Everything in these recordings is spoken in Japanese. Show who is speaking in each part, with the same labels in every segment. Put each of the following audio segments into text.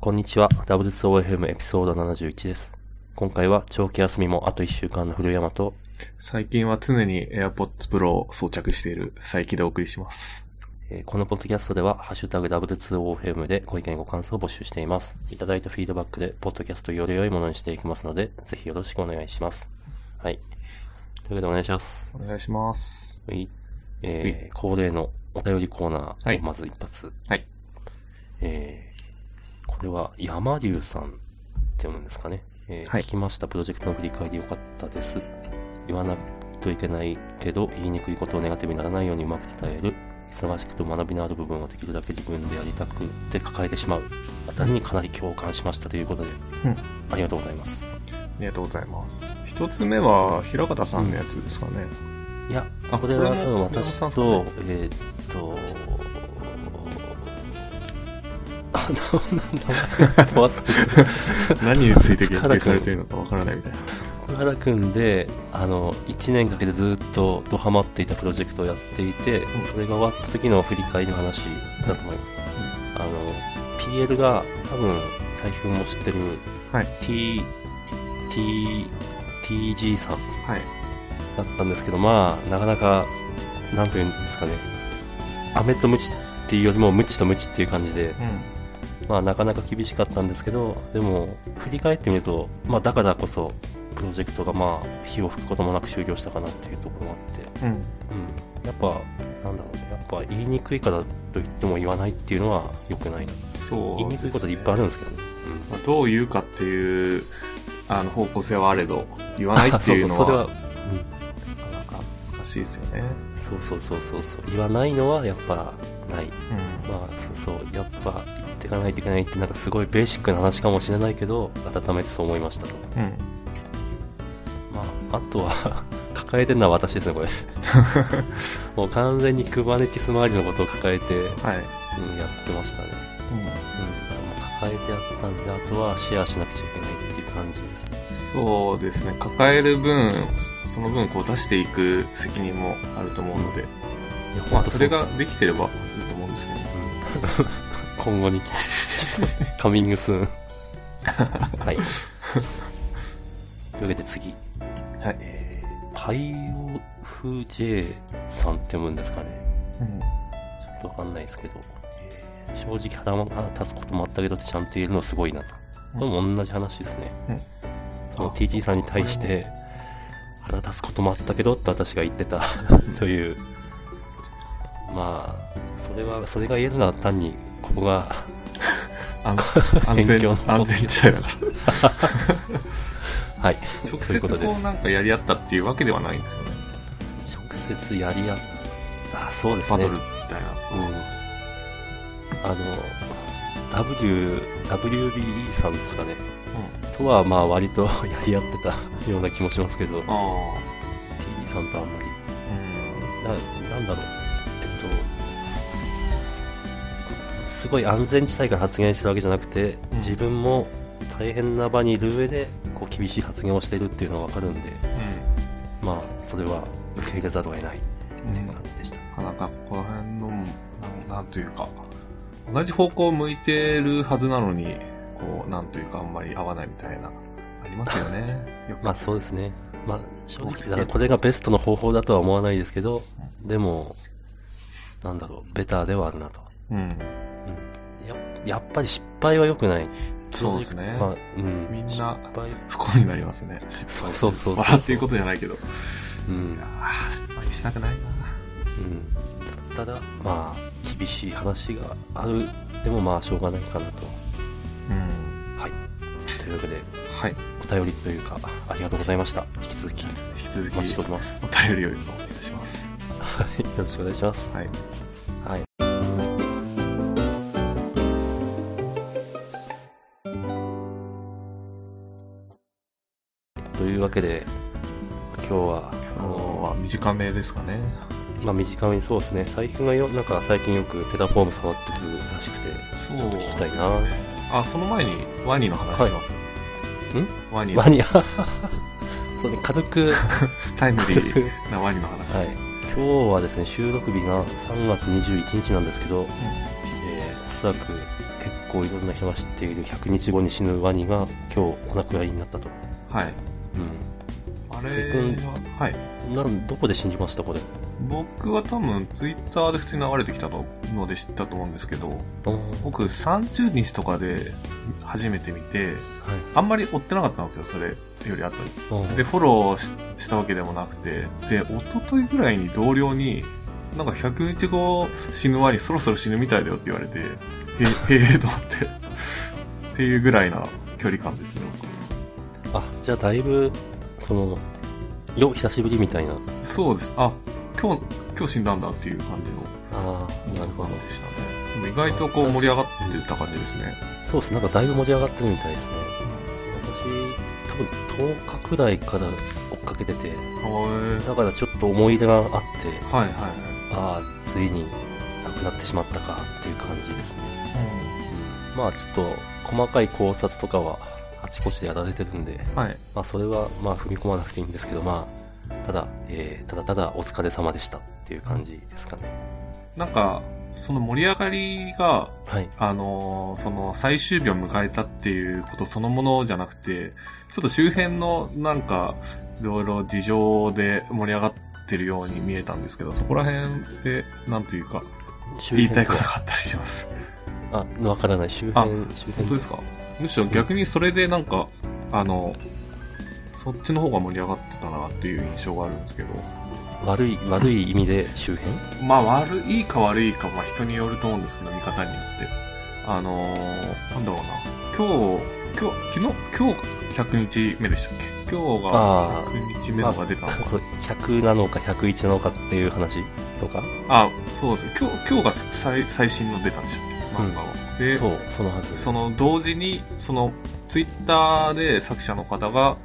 Speaker 1: こんにちは。W2OFM エピソード71です。今回は長期休みもあと1週間の古山と、
Speaker 2: 最近は常に AirPods Pro を装着している再起でお送りします。
Speaker 1: えーこのポッドキャストでは、ハッシュタグ W2OFM でご意見ご感想を募集しています。いただいたフィードバックで、ポッドキャストをより良いものにしていきますので、ぜひよろしくお願いします。はい。というわけでお願いします。
Speaker 2: お願いします。
Speaker 1: はい。えー恒例のお便りコーナ
Speaker 2: は
Speaker 1: ー
Speaker 2: い
Speaker 1: をまず一発。
Speaker 2: はい。
Speaker 1: えーこれは山龍さんって読むんですかね。えー
Speaker 2: はい
Speaker 1: 聞きました。プロジェクトの振り返り良かったです。言わなきゃいけないけど、言いにくいことをネガティブにならないようにうまく伝える。忙しくて学びのある部分をできるだけ自分でやりたくて抱えてしまう。あたりにかなり共感しましたということで。
Speaker 2: うん
Speaker 1: ありがとうございます。
Speaker 2: ありがとうございます。一つ目は、平方さんのやつですか ね。
Speaker 1: いや、
Speaker 2: あ
Speaker 1: これは
Speaker 2: これ
Speaker 1: 多
Speaker 2: も
Speaker 1: 分私
Speaker 2: 山
Speaker 1: と
Speaker 2: 本、
Speaker 1: えーっ と、あ、なんだ、飛ばす。
Speaker 2: 何について限定されてるのかわからないみたいな。
Speaker 1: 小原くんで、あの、1年かけてずっとドハマっていたプロジェクトをやっていて、
Speaker 2: ん
Speaker 1: それが終わった時の振り返りの話だと思います。あの、PL が多分、最近も知ってる、
Speaker 2: はい
Speaker 1: T、T、TG さん
Speaker 2: はい。
Speaker 1: だったんですけど、まあ、なかなか、なんというんですかね、飴とムチっていうよりも、ムチとムチっていう感じで、
Speaker 2: う
Speaker 1: まあ、なかなか厳しかったんですけど、でも、振り返ってみると、まあ、だからこそ、プロジェクトが、まあ、火を吹くこともなく終了したかなっていうところがあって、
Speaker 2: ん。うん。
Speaker 1: うん。やっぱ、なんだろうね、やっぱ、言いにくいからといっても言わないっていうのは良くないな。
Speaker 2: そう、
Speaker 1: 言いにくいことでいっぱいあるんですけどね。
Speaker 2: まあどう言うかっていう、あの、方向性はあれど、言わない
Speaker 1: うん。
Speaker 2: っていう の
Speaker 1: そうそう、それ
Speaker 2: は、
Speaker 1: は、
Speaker 2: な
Speaker 1: うん。
Speaker 2: かなか難しいですよね。
Speaker 1: そうそうそうそうそう。言わないのは、やっぱ、ない。まあそそうやっぱ言ってかないといけないってなんかすごいベーシックな話かもしれないけど改めてそう思いましたと
Speaker 2: うん。うん。
Speaker 1: まああとは 抱えてるのは私です ねこれもう完全に Kubernetes 周りのことを抱えて、うん、や
Speaker 2: はい。
Speaker 1: ってましたね、うん、もう抱えてやってたんであとはシェアしなくちゃいけないっていう感じですね
Speaker 2: そうですね。抱える分、そその分こう出していく責任もあると思うので、
Speaker 1: いや
Speaker 2: ま
Speaker 1: 本
Speaker 2: あ
Speaker 1: 当
Speaker 2: そうれ
Speaker 1: で
Speaker 2: が
Speaker 1: す
Speaker 2: できてればいいと思うんですけどね。
Speaker 1: 今後に来 てカミングスーンはいというわけで次
Speaker 2: はい。
Speaker 1: えーパイオフ J さんって読むんですかね。ちょっとわかんないですけど、えー正直腹が立つこともあったけどってちゃんと言えるのすごいなと。これも同じ話ですね。
Speaker 2: うん
Speaker 1: その TG さんに対して、腹立つこともあったけどって私が言って たという。まあ、それは、それが言えるのは単に、ここが、
Speaker 2: 安
Speaker 1: 勉
Speaker 2: 安
Speaker 1: 強
Speaker 2: 全
Speaker 1: のこと
Speaker 2: 安全地帯だから。
Speaker 1: はい。
Speaker 2: 直
Speaker 1: そうい
Speaker 2: 接
Speaker 1: うこ
Speaker 2: こと
Speaker 1: です
Speaker 2: うなんかやり合ったっていうわけではないんですよね。
Speaker 1: 直接やり合っあ、そうですね。
Speaker 2: バトルみたいな。
Speaker 1: うんあの、W、WBE さんですかね。とは、まあ、割とやり合ってたような気もしますけど、
Speaker 2: ああ。
Speaker 1: TD さんとあんまり、
Speaker 2: うん。
Speaker 1: な、なんだろう。えっと、すごい安全地帯から発言してるわけじゃなくて、
Speaker 2: うん
Speaker 1: 自分も大変な場にいる上で、こう、厳しい発言をしてるっていうのはわかるんで、まあ、それは受け入れざるを得ないっていう感じでした。
Speaker 2: なかなかここら辺の、なんなんというか、同じ方向を向いてるはずなのに、こう、なんというかあんまり合わないみたいな、あります よね。よく
Speaker 1: まあそうですね。まあ正直だからこれがベストの方法だとは思わないですけど、でも、なんだろう、ベターではあるなと。
Speaker 2: うん。
Speaker 1: ややっぱり失敗は良くない。
Speaker 2: そうですね。
Speaker 1: まあ、うん。
Speaker 2: みんな
Speaker 1: 失敗。
Speaker 2: 不幸になりますね。
Speaker 1: そうそうそうそう。
Speaker 2: 笑っていうことじゃないけど。い
Speaker 1: うん。
Speaker 2: やー失敗したくないな。
Speaker 1: うん。だったら、まあ、厳しい話がある。でもまあ、しょうがないかなと。
Speaker 2: うん。
Speaker 1: はい。というわけで、
Speaker 2: はい。
Speaker 1: お便りというか、ありがとうございました。引き続き、
Speaker 2: 引き続
Speaker 1: お待ちしており
Speaker 2: き、
Speaker 1: ます。
Speaker 2: お便りをお願いします。
Speaker 1: はい。よろしくお願いします。
Speaker 2: はい。
Speaker 1: はい。というわけで、今日は、あ
Speaker 2: あの
Speaker 1: の、
Speaker 2: は短めですかね。
Speaker 1: まあ、短めにそうですね、最近がよ、なんか最近よくテラフォーム触ってるらしくて、
Speaker 2: そう
Speaker 1: ちょっと聞きたいな。
Speaker 2: あ、その前にワニの話します。
Speaker 1: いん
Speaker 2: ワニの
Speaker 1: ワ、ニア、 そうね、軽く、
Speaker 2: タイムリ
Speaker 1: 軽く
Speaker 2: ー、なワニの話。
Speaker 1: はい。今日はですね、収録日が3月21日なんですけど、
Speaker 2: う
Speaker 1: えーおそらく結構いろんな人が知っている100日後に死ぬワニが今日お亡くなりになったと。
Speaker 2: はい。
Speaker 1: う
Speaker 2: あれ
Speaker 1: 最近
Speaker 2: は、はい。
Speaker 1: ん。なん、どこで死にましたこれ。
Speaker 2: 僕は多分、ツイッターで普通に流れてきたのので知ったと思うんですけど、
Speaker 1: あーは
Speaker 2: 僕30日とかで初めて見て、
Speaker 1: い。
Speaker 2: あんまり追ってなかったんですよ、それより後に。
Speaker 1: あー
Speaker 2: で、フォローししたわけでもなくて、で、一昨日ぐらいに同僚に、なんか100日後死ぬワニそろそろ死ぬみたいだよって言われて、へ へえと思って、っていうぐらいな距離感ですね、
Speaker 1: あ、じゃあだいぶ、その、よ、久しぶりみたいな。
Speaker 2: 僕そうです。あ、今日、今日死んだんだっていう感じの
Speaker 1: ああ、なるほど
Speaker 2: 感。じでしたね。でも意外とこう盛り上がってた感じですね。
Speaker 1: そうですね、なんかだいぶ盛り上がってるみたいですね。私、多分10日くらいから追っかけてて、
Speaker 2: はい
Speaker 1: だからちょっと思い出があって、
Speaker 2: はいはい。
Speaker 1: ああ、ついに亡くなってしまったかっていう感じですね。うんまあちょっと細かい考察とかはあちこちでやられてるんで、
Speaker 2: はい。
Speaker 1: まあそれはまあ踏み込まなくていいんですけど、まあ、ただ、えーただただお疲れ様でしたっていう感じですかね。
Speaker 2: なんか、その盛り上がりが、
Speaker 1: はい。
Speaker 2: あのーその最終日を迎えたっていうことそのものじゃなくて、ちょっと周辺のなんか、いろいろ事情で盛り上がってるように見えたんですけど、そこら辺で、なんというか、
Speaker 1: 周
Speaker 2: 言いたい
Speaker 1: と
Speaker 2: ことがあったりします。
Speaker 1: あ、わからない。周辺、周
Speaker 2: 本当
Speaker 1: 辺
Speaker 2: で。すかむしろ逆にそれでなんか、あの、そっちの方が盛り上がってたなっていう印象があるんですけど、
Speaker 1: 悪い、悪い意味で周辺
Speaker 2: まあ悪いか悪いか、まあ人によると思うんですけど、見方によって。あのー、なんだろうな。今日、今日、昨日、今日100日目でしたっけ今日が
Speaker 1: あー
Speaker 2: 100日目とか出たのか な
Speaker 1: そう、100なのか101なのかっていう話とか、
Speaker 2: あそうです。今日、今日が最最新の出たんでしたっけ漫画は。で、
Speaker 1: そう、そのはず。
Speaker 2: その同時に、その、ツイッターで作者の方が、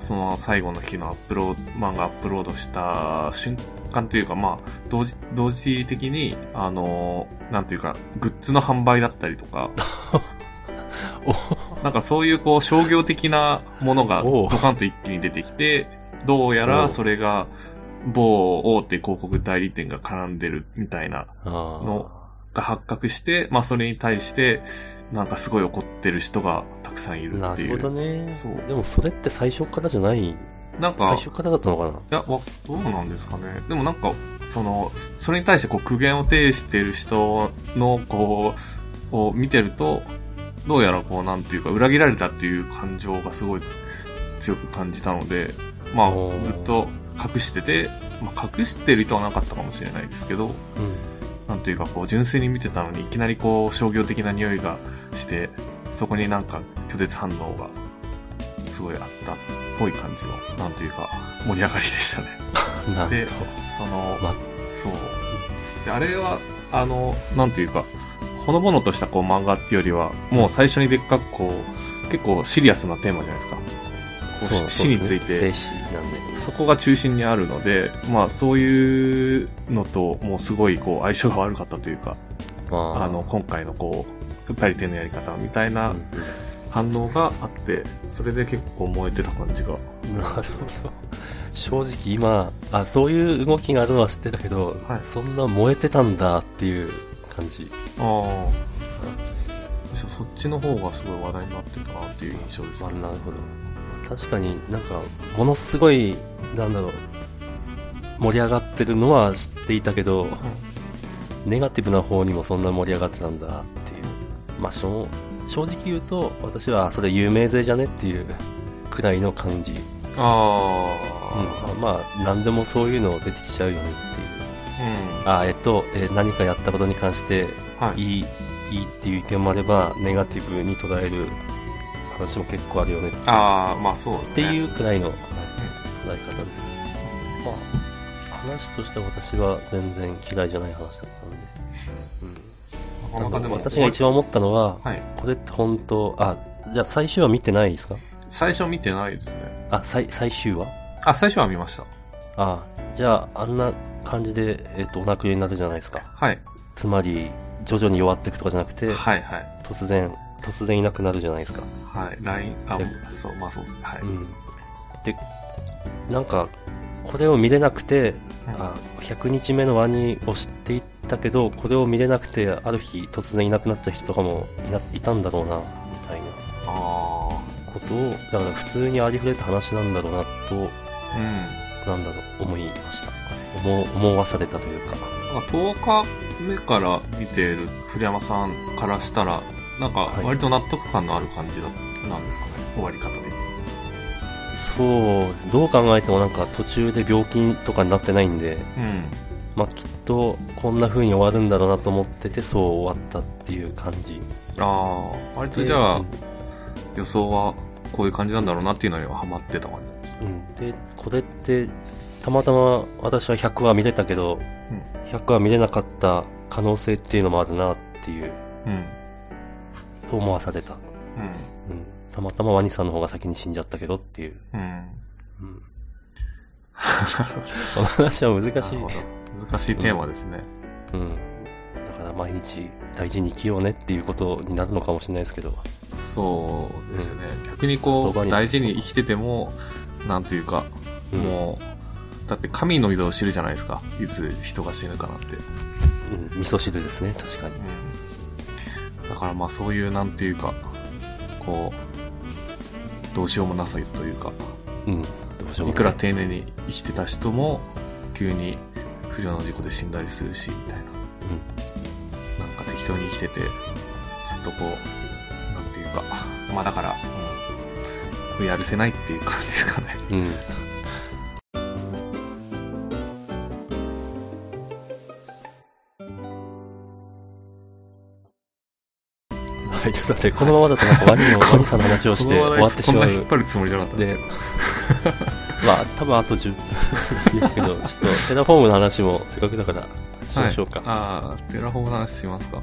Speaker 2: その最後の日のアップロード、漫画アップロードした瞬間というか、まあ、同時、同時的に、あのー、なんていうか、グッズの販売だったり とか、なんかそういうこう、商業的なものが
Speaker 1: お
Speaker 2: ド
Speaker 1: う
Speaker 2: カンと一気に出てきて、どうや
Speaker 1: お
Speaker 2: ら
Speaker 1: う
Speaker 2: それが、某大手広告代理店が絡んでるみたいな
Speaker 1: あ
Speaker 2: の
Speaker 1: の
Speaker 2: が発覚して、まあそれに対して、なんかすごい怒ってる人がたくさんいる
Speaker 1: な
Speaker 2: って
Speaker 1: る
Speaker 2: い
Speaker 1: ほ
Speaker 2: う。
Speaker 1: どね
Speaker 2: そう。
Speaker 1: でもそれって最初からじゃない、
Speaker 2: なんか、
Speaker 1: 最
Speaker 2: い
Speaker 1: 初からだったのかな
Speaker 2: や、わどうなんですかね。でもなんか、その、それに対してこう苦言を呈してる人の、こう、を見てると、どうやらこう、なんていうか、裏切られたっていう感情がすごい強く感じたので、ま
Speaker 1: お
Speaker 2: あ、
Speaker 1: ー
Speaker 2: ずっと隠してて、まあ、隠してる人はなかったかもしれないですけど、なんていうかこう純粋に見てたのにいきなりこう商業的な匂いがしてそこになんか拒絶反応がすごいあったっぽい感じのなんていうか盛り上がりでしたね
Speaker 1: うん。なん
Speaker 2: で
Speaker 1: と。
Speaker 2: その、
Speaker 1: ま
Speaker 2: そうであれはあのなんていうかほのぼのとしたこう漫画っていうよりはもう最初にでっかくこう結構シリアスなテーマじゃないですかこう
Speaker 1: そう
Speaker 2: 死に
Speaker 1: そうですね
Speaker 2: ついて
Speaker 1: 生死なんで。
Speaker 2: そこが中心にあるのでまあそういうのともうすごいこう相性が悪かったというか
Speaker 1: あー
Speaker 2: あの、今回のこう、代理店のやり方みた いな
Speaker 1: う
Speaker 2: 反応があって、それで結構燃えてた感じが。
Speaker 1: んなるほど。正直今、あ、そういう動きがあるのは知ってたけど、
Speaker 2: はい
Speaker 1: そんな燃えてたんだっていう感じ。
Speaker 2: ああ。そっちの方がすごい話題になってたなっていう印象です
Speaker 1: まあ、
Speaker 2: ね。
Speaker 1: なるほど。確かになんか、ものすごい、なんだろう、盛り上がってるのは知っていたけど、ネガティブな方にもそんな盛り上がってたんだっていう。まあ、しょう正直言うと、私はあそれ有名税じゃねっていうくらいの感じ。うん
Speaker 2: ああ。
Speaker 1: まあ、なんでもそういうの出てきちゃうよねっていう。
Speaker 2: うん。
Speaker 1: あ、えっと、えー何かやったことに関して、
Speaker 2: はい。
Speaker 1: いい、いいっていう意見もあれば、ネガティブに捉える話も結構あるよねっていう
Speaker 2: ああ、まあそうですね。。
Speaker 1: っていううくらいのはい捉え方です。まあ、話としては私は全然嫌いじゃない話だったんで。
Speaker 2: なか
Speaker 1: うん。
Speaker 2: なかでも、
Speaker 1: 私が一番思ったのは、
Speaker 2: はい。
Speaker 1: これって本当、あ、じゃあ最終話見てないですか
Speaker 2: 最初見てないですね。
Speaker 1: あ、最、最終話
Speaker 2: あ、最初は見ました。
Speaker 1: あじゃああんな感じで、えっと、お亡くなりになるじゃないですか。
Speaker 2: はい。
Speaker 1: つまり、徐々に弱っていくとかじゃなくて、
Speaker 2: はいはい。
Speaker 1: 突然、突然いなくなるじゃないですか。
Speaker 2: はい。LINE、あ
Speaker 1: で、
Speaker 2: そう、まあそうですね。はい。
Speaker 1: う
Speaker 2: うん
Speaker 1: ん。で、なんか、これを見れなくて、
Speaker 2: あ
Speaker 1: あ100日目のワニを知っていたけど、これを見れなくて、ある日突然いなくなった人とかもいないたんだろうな、みたいな
Speaker 2: あ
Speaker 1: ことを、だから普通にありふれた話なんだろうなと、
Speaker 2: あ、うん。
Speaker 1: なんだろう、思いました。思う思わされたというか。
Speaker 2: なんか10日目から見ている古山さんからしたら、なんか
Speaker 1: はい
Speaker 2: 割と納得感のある感じだなんですかね、終わり方で。
Speaker 1: そう、どう考えてもなんか途中で病気とかになってないんで、
Speaker 2: うん。
Speaker 1: まあきっとこんな風に終わるんだろうなと思ってて、そう終わったっていう感じ。
Speaker 2: ああ、割とじゃあ
Speaker 1: で
Speaker 2: 予想はこういう感じなんだろうなっていうのにはハマってた感じ。
Speaker 1: うん、でこれってたまたま私は100話見れたけど、
Speaker 2: うん
Speaker 1: 100話見れなかった可能性っていうのもあるなっていう
Speaker 2: うん。
Speaker 1: と思わされた、うん、たまたまワニさんの方が先に死んじゃったけどっていう、
Speaker 2: うん。うん。
Speaker 1: うん、 この話は難しい、
Speaker 2: なるほど難しいテーマですね。
Speaker 1: うん、だから毎日大事に生きようねっていうことになるのかもしれないですけど
Speaker 2: そうですね。逆にこ
Speaker 1: 言葉
Speaker 2: う、
Speaker 1: に
Speaker 2: 大事に生きてても、なんというか、
Speaker 1: うん
Speaker 2: もう、だって神の溝を知るじゃないですか。いつ人が死ぬかなんて。
Speaker 1: うん、味噌汁ですね確かに
Speaker 2: うんだからまあそういうなんていうかこうどうしようもなさいというか
Speaker 1: うんどうしよう
Speaker 2: い
Speaker 1: も
Speaker 2: く
Speaker 1: な
Speaker 2: ら丁寧に生きてた人も急に不良の事故で死んだりするしみたいななんか適当に生きててずっとこうなんていうかまあだから、うんやるせないっていう感じですかね
Speaker 1: うん、うんはい、ちょっと待って、このままだとなんかワニの、ワニさんの話を して
Speaker 2: この話
Speaker 1: 終わってしま
Speaker 2: こんな引
Speaker 1: う
Speaker 2: っ。張るつもりじゃなかった
Speaker 1: で、まあ、多分あと10分ですけど、ちょっとテラフォームの話もせっかくだからしましょうか。
Speaker 2: はい、ああ、テラフォームの話します か。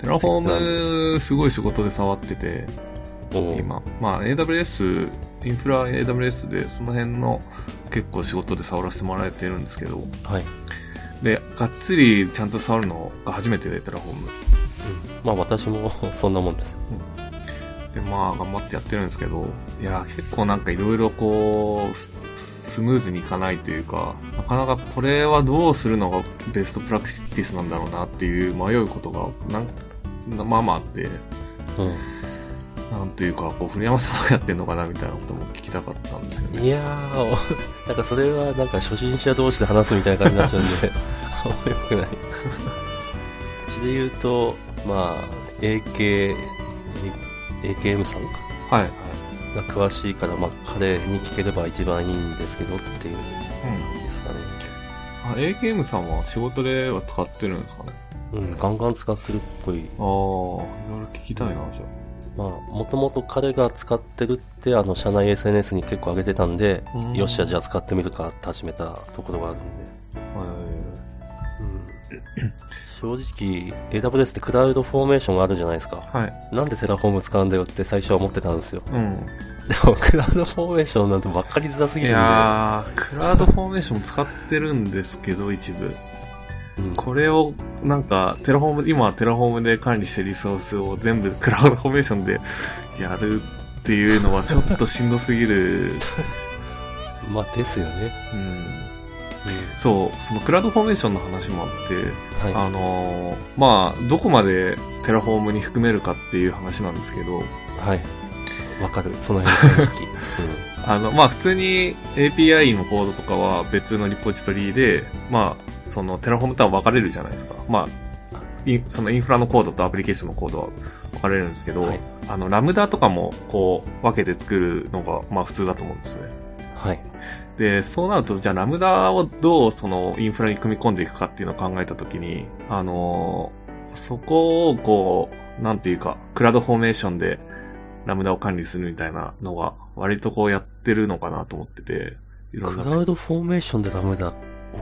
Speaker 2: テラフォーム、すごい仕事で触ってて、
Speaker 1: おう
Speaker 2: 今。まあ、AWS、インフラ AWS で、その辺の結構仕事で触らせてもらえてるんですけど、
Speaker 1: はい、
Speaker 2: で、がっつりちゃんと触るのが初めてで、テラフォーム。
Speaker 1: うんまあ、私もそんなもんです。
Speaker 2: で、まあ、頑張ってやってるんですけど、いや、結構なんかいろいろこう、ススムーズにいかないというか、なかなかこれはどうするのがベストプラクティスなんだろうなっていう迷うことが、なん、まあまああって、
Speaker 1: う
Speaker 2: なんというか、こう、古山さんがやってんのかなみたいなことも聞きたかったんですよ
Speaker 1: ん、
Speaker 2: ね。
Speaker 1: いやー、 おなんかそれはなんか初心者同士で話すみたいな感じになっちゃうんで、 あんま良くない。うちで言うと、まあ、AK、A- AKM さんか
Speaker 2: はい。はい。
Speaker 1: が詳しいから、まあ、彼に聞ければ一番いいんですけどっていう
Speaker 2: うん
Speaker 1: ですかね。。
Speaker 2: あ、AKM さんは仕事では使ってるんですかね
Speaker 1: うん、ガンガン使ってるっぽい。
Speaker 2: ああ、いろいろ聞きたいな、じゃ
Speaker 1: まあ、もともと彼が使ってるって、あの、社内 SNS に結構上げてたんで、
Speaker 2: うん
Speaker 1: よっしゃ、じゃあ使ってみるかって始めたところがあるんで。
Speaker 2: あ。え
Speaker 1: 正直、AWS ってクラウドフォーメーションがあるじゃないですか。
Speaker 2: ーはい。
Speaker 1: なんでテラフォーム使うんだよって最初は思ってたんですよ。
Speaker 2: うん。
Speaker 1: でも、クラウドフォーメーションなんてばっかりずらすぎ
Speaker 2: い
Speaker 1: るんで、
Speaker 2: やー、クラウドフォーメーションも使ってるんですけど、一部。
Speaker 1: うん
Speaker 2: これを、なんか、テラフォーム、今、テラフォームで管理してるリソースを全部クラウドフォーメーションでやるっていうのはちょっとしんどすぎる。
Speaker 1: まあ、ですよね。
Speaker 2: うん。
Speaker 1: うん
Speaker 2: そう、そのクラウドフォーメーションの話もあって、
Speaker 1: は
Speaker 2: あのーまあ、どこまでテラフォームに含めるかっていう話なんですけど、
Speaker 1: い。はい。わかる。その辺の線引き。
Speaker 2: あの、まあ、普通に API のコードとかは別のリポジトリで、まあ、そのテラフォームとは分かれるじゃないですか。まあ、インそのインフラのコードとアプリケーションのコードは分かれるんですけど、
Speaker 1: はい
Speaker 2: あの、ラムダとかもこう、分けて作るのが、まあ、普通だと思うんですね。
Speaker 1: うん。はい。
Speaker 2: で、そうなると、じゃあラムダをどうそのインフラに組み込んでいくかっていうのを考えたときに、あのーそこをこう、なんていうか、クラウドフォーメーションでラムダを管理するみたいなのが、割とこうやってるのかなと思ってて、いろん
Speaker 1: ク
Speaker 2: な
Speaker 1: ラウドフォーメーションでダメだを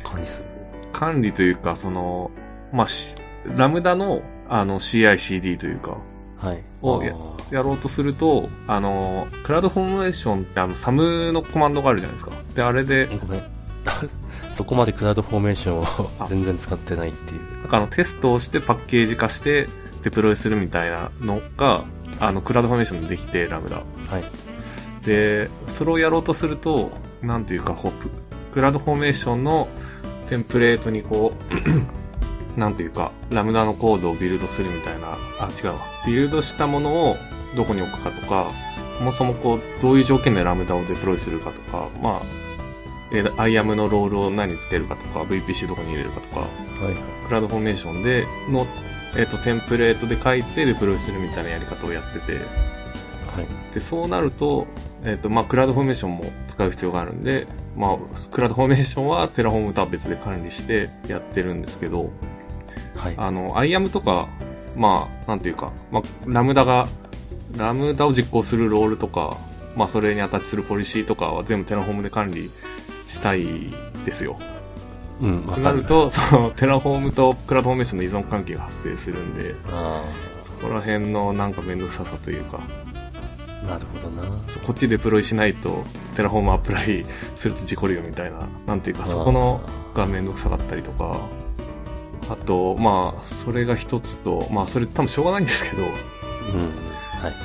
Speaker 1: 管理する。
Speaker 2: 管理というか、その、まあ、しラムダの、あの、CI、CD というか、
Speaker 1: はい。
Speaker 2: おいや
Speaker 1: あー
Speaker 2: やろうとすると、あのー、クラウドフォーメーションってあの、サムのコマンドがあるじゃないですか。で、あれで、
Speaker 1: ごめん。 そこまでクラウドフォーメーション を全然使ってないっていう。
Speaker 2: なんかあのテストをしてパッケージ化してデプロイするみたいなのが、あの、クラウドフォーメーションでできて、ラムダ。
Speaker 1: はい。
Speaker 2: で、それをやろうとすると、なんていうか、ほクラウドフォーメーションのテンプレートにこう、 なんていうか、ラムダのコードをビルドするみたいな、あ、違うわ。ビルドしたものをどこに置くかとか、そもそもこう、どういう条件でラムダをデプロイするかとか、まあ、えー IAM のロールを何つけるかとか、VPC どこに入れるかとか、
Speaker 1: はいはい。
Speaker 2: クラウドフォーメーションでの、えっ、と、テンプレートで書いてデプロイするみたいなやり方をやってて、
Speaker 1: はい。
Speaker 2: でそうなると,、えっとまあ、クラウドフォーメーションも使う必要があるんで、まあ、クラウドフォーメーションはテラフォームとは別で管理してやってるんですけど
Speaker 1: はい。
Speaker 2: あの IAM とか、まあ、なんていうか、まあ、ラムダがラムダを実行するロールとか、まあ、それにアタッチするポリシーとかは全部テラフォームで管理したいですよ。
Speaker 1: うん、わか
Speaker 2: となる
Speaker 1: る。
Speaker 2: とそのテラフォームとクラウドフォーメーションの依存関係が発生するんで
Speaker 1: あ
Speaker 2: そこら辺のなんか面倒くささというか
Speaker 1: あ、なるほどな。
Speaker 2: そうこっちデプロイしないとテラフォームアプライすると事故るよみたいななんていうかそこのが面倒くさかったりとかあとまあそれが一つとまあそれ多分しょうがないんですけど
Speaker 1: うん。はい。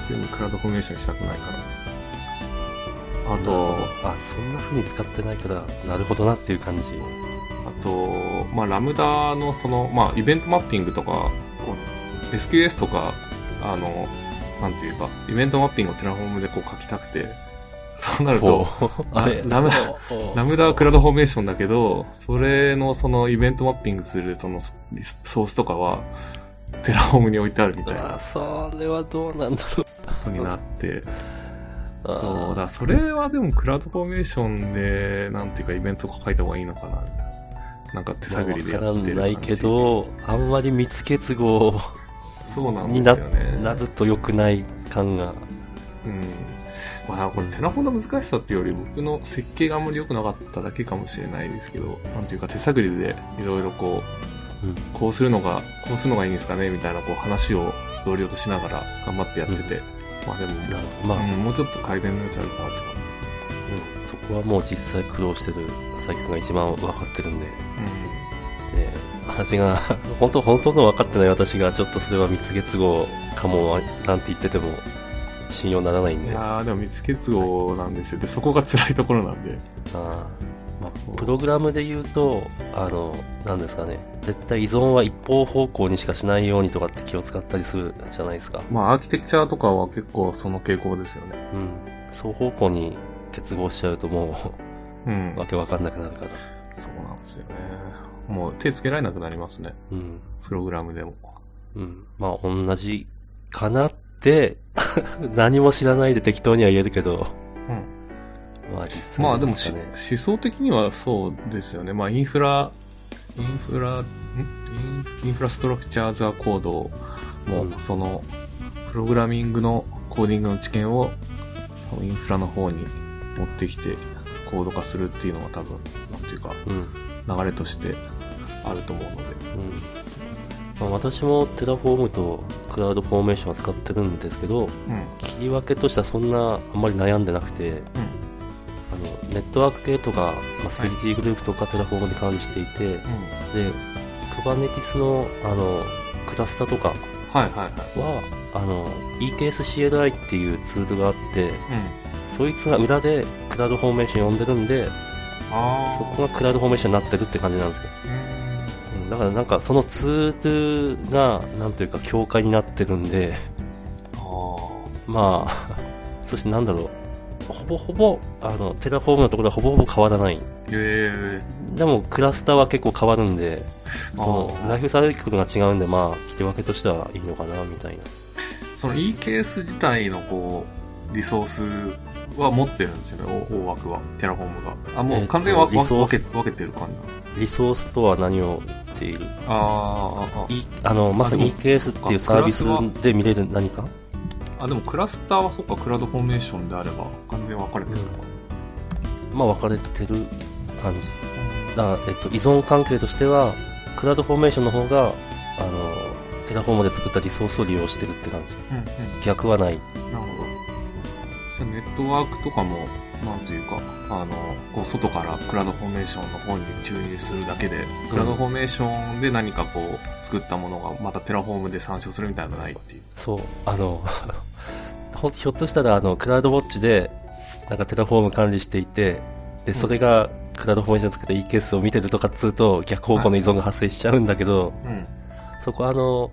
Speaker 2: 全部クラウドフォーメーションしたくないからあと
Speaker 1: あ、そんな風に使ってないから、なるほどなっていう感じ。
Speaker 2: あとまあラムダのそのまあイベントマッピングとか SQS とかあのなんていうかイベントマッピングをテラフォームでこう書きたくてそうなると
Speaker 1: ほうあれ
Speaker 2: ラムダラムダはクラウドフォーメーションだけど、それのそのイベントマッピングするそのソースとかは、テラフォームに置いてあるみたいな
Speaker 1: あそれはどうなんだろう。
Speaker 2: ことになって、
Speaker 1: あー
Speaker 2: そう、だからそれはでもクラウドフォーメーションで、なんていうかイベントとか書いた方がいいのかな。なんか手探りでやってる感じ。
Speaker 1: わからないけど、あんまり三つ結合
Speaker 2: そうなんで
Speaker 1: に
Speaker 2: す
Speaker 1: な
Speaker 2: よね。
Speaker 1: なると良くない感が。
Speaker 2: うん。まあ、これテラフォーの難しさっていうより僕の設計があんまり良くなかっただけかもしれないですけど、なんていうか手探りでいろいろこう、
Speaker 1: うん。
Speaker 2: こうするのが、こうするのがいいんですかねみたいなこう話を同僚としながら頑張ってやってて。まあでも、
Speaker 1: なるほどまあ、
Speaker 2: うんもうちょっと改善の余地あるかなって感じですね。
Speaker 1: うんそこはもう実際苦労してる佐伯くんが一番分かってるんで、で私が、本当、本当の分かってない私が、ちょっとそれは三つ月号かも、なんて言ってても、信用ならないん
Speaker 2: うん。い
Speaker 1: で、あ
Speaker 2: やーでも、三つ結合なんですよ。で、そこが辛いところなんで。
Speaker 1: ーまあ、プログラムで言うと、あの、なんですかね、絶対依存は一方方向にしかしないようにとかって気を使ったりするじゃないですか。
Speaker 2: まあ、アーキテクチャとかは結構その傾向ですよね。
Speaker 1: うん。双方向に結合しちゃうとも
Speaker 2: うん
Speaker 1: う、。わけわかんなくなるから。
Speaker 2: そうなんですよね。もう手つけられなくなりますね。
Speaker 1: うん。
Speaker 2: プログラムでも。
Speaker 1: うん。まあ、同じかなって、 何も知らないで適当には言えるけど、
Speaker 2: うん。
Speaker 1: まあ実際
Speaker 2: まあでも
Speaker 1: す
Speaker 2: し
Speaker 1: かね
Speaker 2: 思想的にはそうですよね。まあインフラ、インフラ、んインインフラストラクチャーザコードも、
Speaker 1: うん
Speaker 2: その、プログラミングのコーディングの知見を、そのインフラの方に持ってきて、コード化するっていうのが多分、なんていうか、
Speaker 1: うん。
Speaker 2: 流れとしてあると思うので。
Speaker 1: うんまあ、私もテラフォームとクラウドフォーメーションは使ってるんですけど
Speaker 2: うん。うん。
Speaker 1: 切り分けとしてはそんなあんまり悩んでなくてあのネットワーク系とか、まあ、セキュリティグループとかテラフォームで管理していて、
Speaker 2: うん。
Speaker 1: で Kubernetes のあのクラスターとか
Speaker 2: はいはいはい。
Speaker 1: はあの EKSCLI っていうツールがあって
Speaker 2: うん。
Speaker 1: そいつが裏でクラウドフォーメーション呼んでるんで
Speaker 2: ああ。
Speaker 1: そこがクラウドフォーメーションになってるって感じなんですよ
Speaker 2: うん
Speaker 1: うんだからなんかそのツールがなんというか境界になってるんで
Speaker 2: あー
Speaker 1: まあ そしてなんだろうほぼほぼあのテラフォームのところはほぼほぼ変わらない
Speaker 2: え
Speaker 1: でもクラスターは結構変わるんでその
Speaker 2: あー
Speaker 1: ライフサイクルが違うんでまあ引き分けとしてはいいのかなみたいな
Speaker 2: えその E ケース自体のこう、リソースは持ってるんですよね、大大枠は。テラフォームが。
Speaker 1: え
Speaker 2: あ、
Speaker 1: っ
Speaker 2: もう
Speaker 1: と
Speaker 2: 完全にわ
Speaker 1: リ
Speaker 2: わ
Speaker 1: ソー
Speaker 2: 分
Speaker 1: ス
Speaker 2: け分けてる感じなの
Speaker 1: リソースとは何を言っている
Speaker 2: あーあー
Speaker 1: いあのまさに
Speaker 2: で
Speaker 1: EKS っていうサービスで見れる何か
Speaker 2: あ、あ、でもクラスターはそっか、クラウドフォーメーションであれば完全に分かれてるのか。
Speaker 1: まあ分かれてる感じだからえっと、依存関係としては、クラウドフォーメーションの方が、あの、テラフォームで作ったリソースを利用してるって感じ。
Speaker 2: うん、うん、
Speaker 1: 逆はない。
Speaker 2: なるほど。じゃあネットワークとかも、なんというか、あの、こう外からクラウドフォーメーションの方に注入するだけで、クラウドフォーメーションで何かこう、作ったものがまたテラフォームで参照するみたいなのがないっていう。
Speaker 1: そう、あの、 ほひょっとしたら、あの、クラウドウォッチで、なんかテラフォーム管理していて、で、それが、クラウドフォーメーション作ったいいケースを見てるとかっつうと、逆方向の依存が発生しちゃうんだけど、
Speaker 2: うん。
Speaker 1: そこはあの、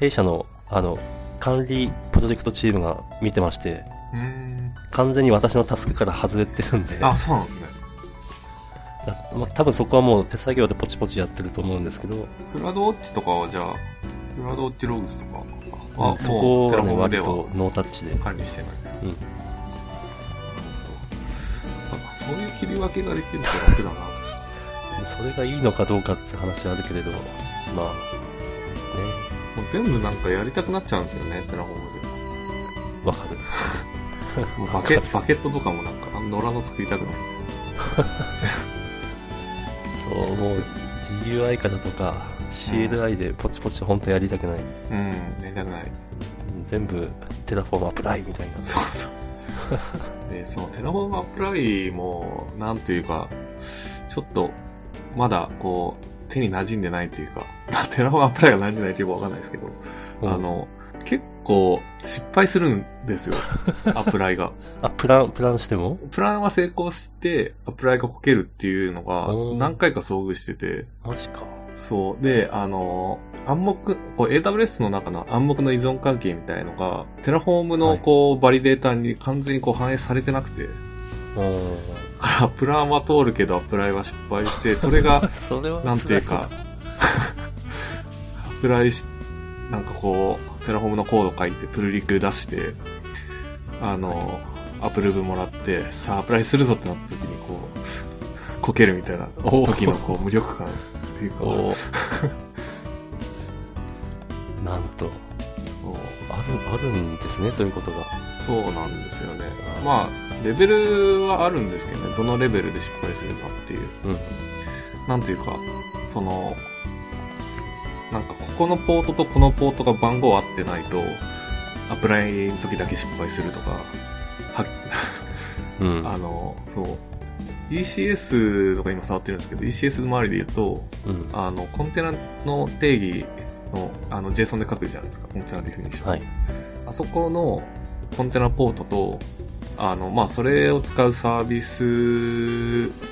Speaker 1: 弊社の、あの、管理プロジェクトチームが見てまして、
Speaker 2: うーん。
Speaker 1: 完全に私のタスクから外れてるんで、
Speaker 2: あ、そうなんですね。
Speaker 1: だまあ、多分そこはもう手作業でポチポチやってると思うんですけど、
Speaker 2: クラウドウォッチとかは、じゃあ、クラウドウォッチログスとかは、
Speaker 1: そこ
Speaker 2: テ
Speaker 1: は
Speaker 2: ラフ
Speaker 1: ね、
Speaker 2: ォーム
Speaker 1: 割
Speaker 2: では
Speaker 1: とノータッチで。
Speaker 2: 管理してない。
Speaker 1: うん
Speaker 2: なるほど。なんかそういう切り分けができると楽だな、確か
Speaker 1: それがいいのかどうかっていう話はあるけれど、まあ、そうですね。
Speaker 2: に。もう全部なんかやりたくなっちゃうんですよね、テラフォームで。
Speaker 1: わかる。
Speaker 2: もうバケバケットとかもなんか、あの野良の作りたくない。
Speaker 1: そう、もう GUI からとか CLI でポチポチ本当やりたくない。
Speaker 2: うん、やりたくない。
Speaker 1: 全部テラフォームアップライみたいな。
Speaker 2: そうそう。で、そのテラフォームアップライも、なんというか、ちょっと、まだ、こう、手に馴染んでないというか、 まあテラフォームアップライが馴染んでないというかわかんないですけど、
Speaker 1: うん
Speaker 2: あ、の、結構失敗するんで すよ、アップライが。
Speaker 1: あ、プラン、プランしても
Speaker 2: プランは成功して、アップライがこけるっていうのが
Speaker 1: うん
Speaker 2: 何回か遭遇してて、
Speaker 1: マジか。
Speaker 2: そう。で、あの、暗黙、こう AWS の中の暗黙の依存関係みたいのが、テラフォーム
Speaker 1: は
Speaker 2: の
Speaker 1: い
Speaker 2: こう、バリデータに完全にこう反映されてなくて、
Speaker 1: う
Speaker 2: だからプランは通るけどアップライは失敗 して、それが
Speaker 1: ん。それは
Speaker 2: なんていうか、 アプライし、なんかこう、テラフォームのコード書いて、プルリク出して、あの、アプルーブもらって、さあ、アプライするぞってなった時に、こう、こけるみたいな
Speaker 1: おー
Speaker 2: 時のこう無力感っていうか、
Speaker 1: 辛い。おーなんと、
Speaker 2: そう
Speaker 1: ある、あるんですね、そういうことが。
Speaker 2: そうなんですよね。まあ、レベルはあるんですけどね、どのレベルで失敗するかっていう。
Speaker 1: うん。
Speaker 2: なんというか、その、なんかここのポートとこのポートが番号合ってないと、アプライの時だけ失敗するとか、は
Speaker 1: うん。
Speaker 2: あの、そう。ECS とか今触ってるんですけど、ECS 周りで言うと、
Speaker 1: うん。
Speaker 2: あの、コンテナの定義の、あの、JSON で書くじゃないですか、コンテナディフィニッション。
Speaker 1: はい。
Speaker 2: あそこのコンテナポートと、あの、まあ、それを使うサービス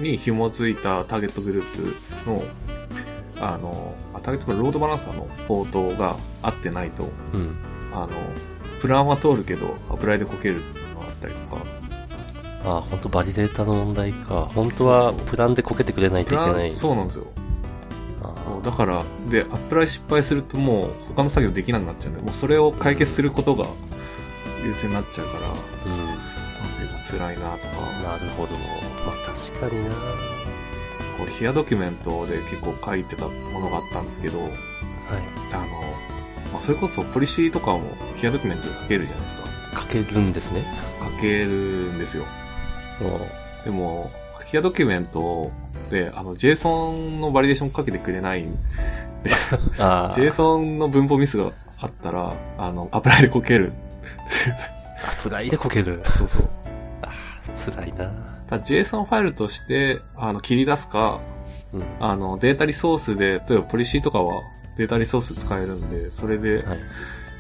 Speaker 2: に紐づいたターゲットグループの、あの、あターゲットグループロードバランサーのポートが合ってないと、
Speaker 1: うん。
Speaker 2: あの、プランは通るけど、アプライでこけるっていうのがあったりとか、
Speaker 1: あ、本当バリデータの問題か。本当はプランでこけてくれないと
Speaker 2: プ
Speaker 1: いけ
Speaker 2: ラ
Speaker 1: ない。
Speaker 2: ン、そうなんですよ。
Speaker 1: あ
Speaker 2: だから、で、アップライ失敗するともう他の作業できなくなっちゃうんで、もうそれを解決することが優先になっちゃうから、
Speaker 1: ーう
Speaker 2: なんていうか辛いなとか。
Speaker 1: ん。なるほど。まあ確かにな。
Speaker 2: こうヒアドキュメントで結構書いてたものがあったんですけど、
Speaker 1: は
Speaker 2: あの、まあ、それこそポリシーとかもヒアドキュメントで書けるじゃないですか。
Speaker 1: い。かけるんですね。
Speaker 2: 書けるんですよ。
Speaker 1: お
Speaker 2: でも、ヒアドキュメントで、あの、JSON のバリデーションかけてくれない、
Speaker 1: あー
Speaker 2: JSON の文法ミスがあったら、あの、アプライでこける。
Speaker 1: あ辛いでこける。
Speaker 2: そうそう。
Speaker 1: 辛いな。
Speaker 2: だから JSON ファイルとして、あの、切り出すか、
Speaker 1: うん。
Speaker 2: あの、データリソースで、例えばポリシーとかはデータリソース使えるんで、それで
Speaker 1: はい。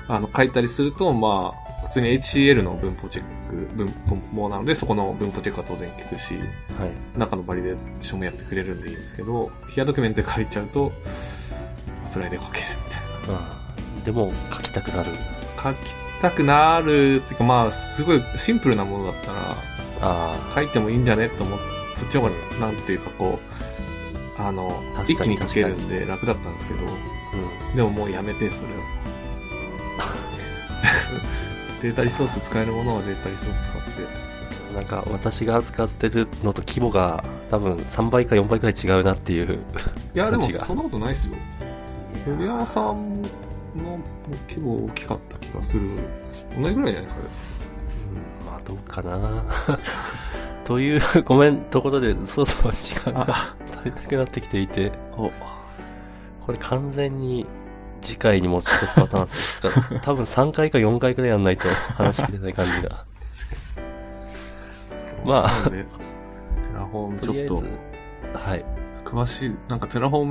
Speaker 2: あの、書いたりすると、まあ、普通に HCL の文法チェック、文法なので、そこの文法チェックは当然効くし、
Speaker 1: はい。
Speaker 2: 中のバリデーションもやってくれるんでいいんですけど、ヒアドキュメントで書いちゃうと、アプライで書けるみたいな。
Speaker 1: まあ、でも書きたくなる。
Speaker 2: 書きたくなるっていうか、まあ、すごいシンプルなものだったら、
Speaker 1: あ
Speaker 2: 書いてもいいんじゃねと思って、そっちの方が、なんていうかこう、あの、
Speaker 1: 確
Speaker 2: 一
Speaker 1: か
Speaker 2: 気
Speaker 1: に
Speaker 2: に書けるんで楽だったんですけど、
Speaker 1: あ。う
Speaker 2: でももうやめて、 それを。データリソース使えるものはデータリソース使って。
Speaker 1: ん。なんか私が扱ってるのと規模が多分3倍か4倍くらい違うなっていう。
Speaker 2: いや、でも
Speaker 1: 価値が
Speaker 2: そんなことないっすよ。古山さんの規模大きかった気がする。同じぐらいじゃないですかね。
Speaker 1: うんまあどうかな という、ごめん、ところで、そろそろ時間が
Speaker 2: あ、
Speaker 1: 足りなくなってきていて、
Speaker 2: お、
Speaker 1: これ完全に次回に持ち越すパターンですか 多分3回か4回くらいやんないと話しきれない感じが。まあ
Speaker 2: なんで、テラフォーム
Speaker 1: とりあえ
Speaker 2: ち
Speaker 1: ず
Speaker 2: ょっと、、
Speaker 1: はい。
Speaker 2: 詳しい、なんかテラフォー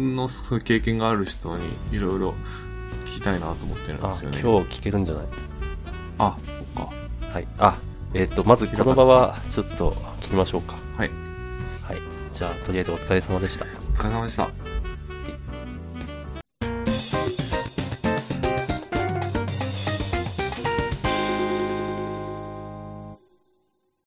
Speaker 2: ムのそういう経験がある人にいろいろ聞きたいなと思ってるんで
Speaker 1: あ、
Speaker 2: すよ
Speaker 1: 今
Speaker 2: ね。
Speaker 1: 日
Speaker 2: 日。
Speaker 1: 聞けるんじゃない
Speaker 2: あ、そっか。
Speaker 1: はい。あ、えっ、と、まずこの場はちょっと切りましょうか。
Speaker 2: はい。
Speaker 1: はい。じ
Speaker 3: じゃあ、とりあえずお疲れ様でした。
Speaker 1: お疲れ様でした。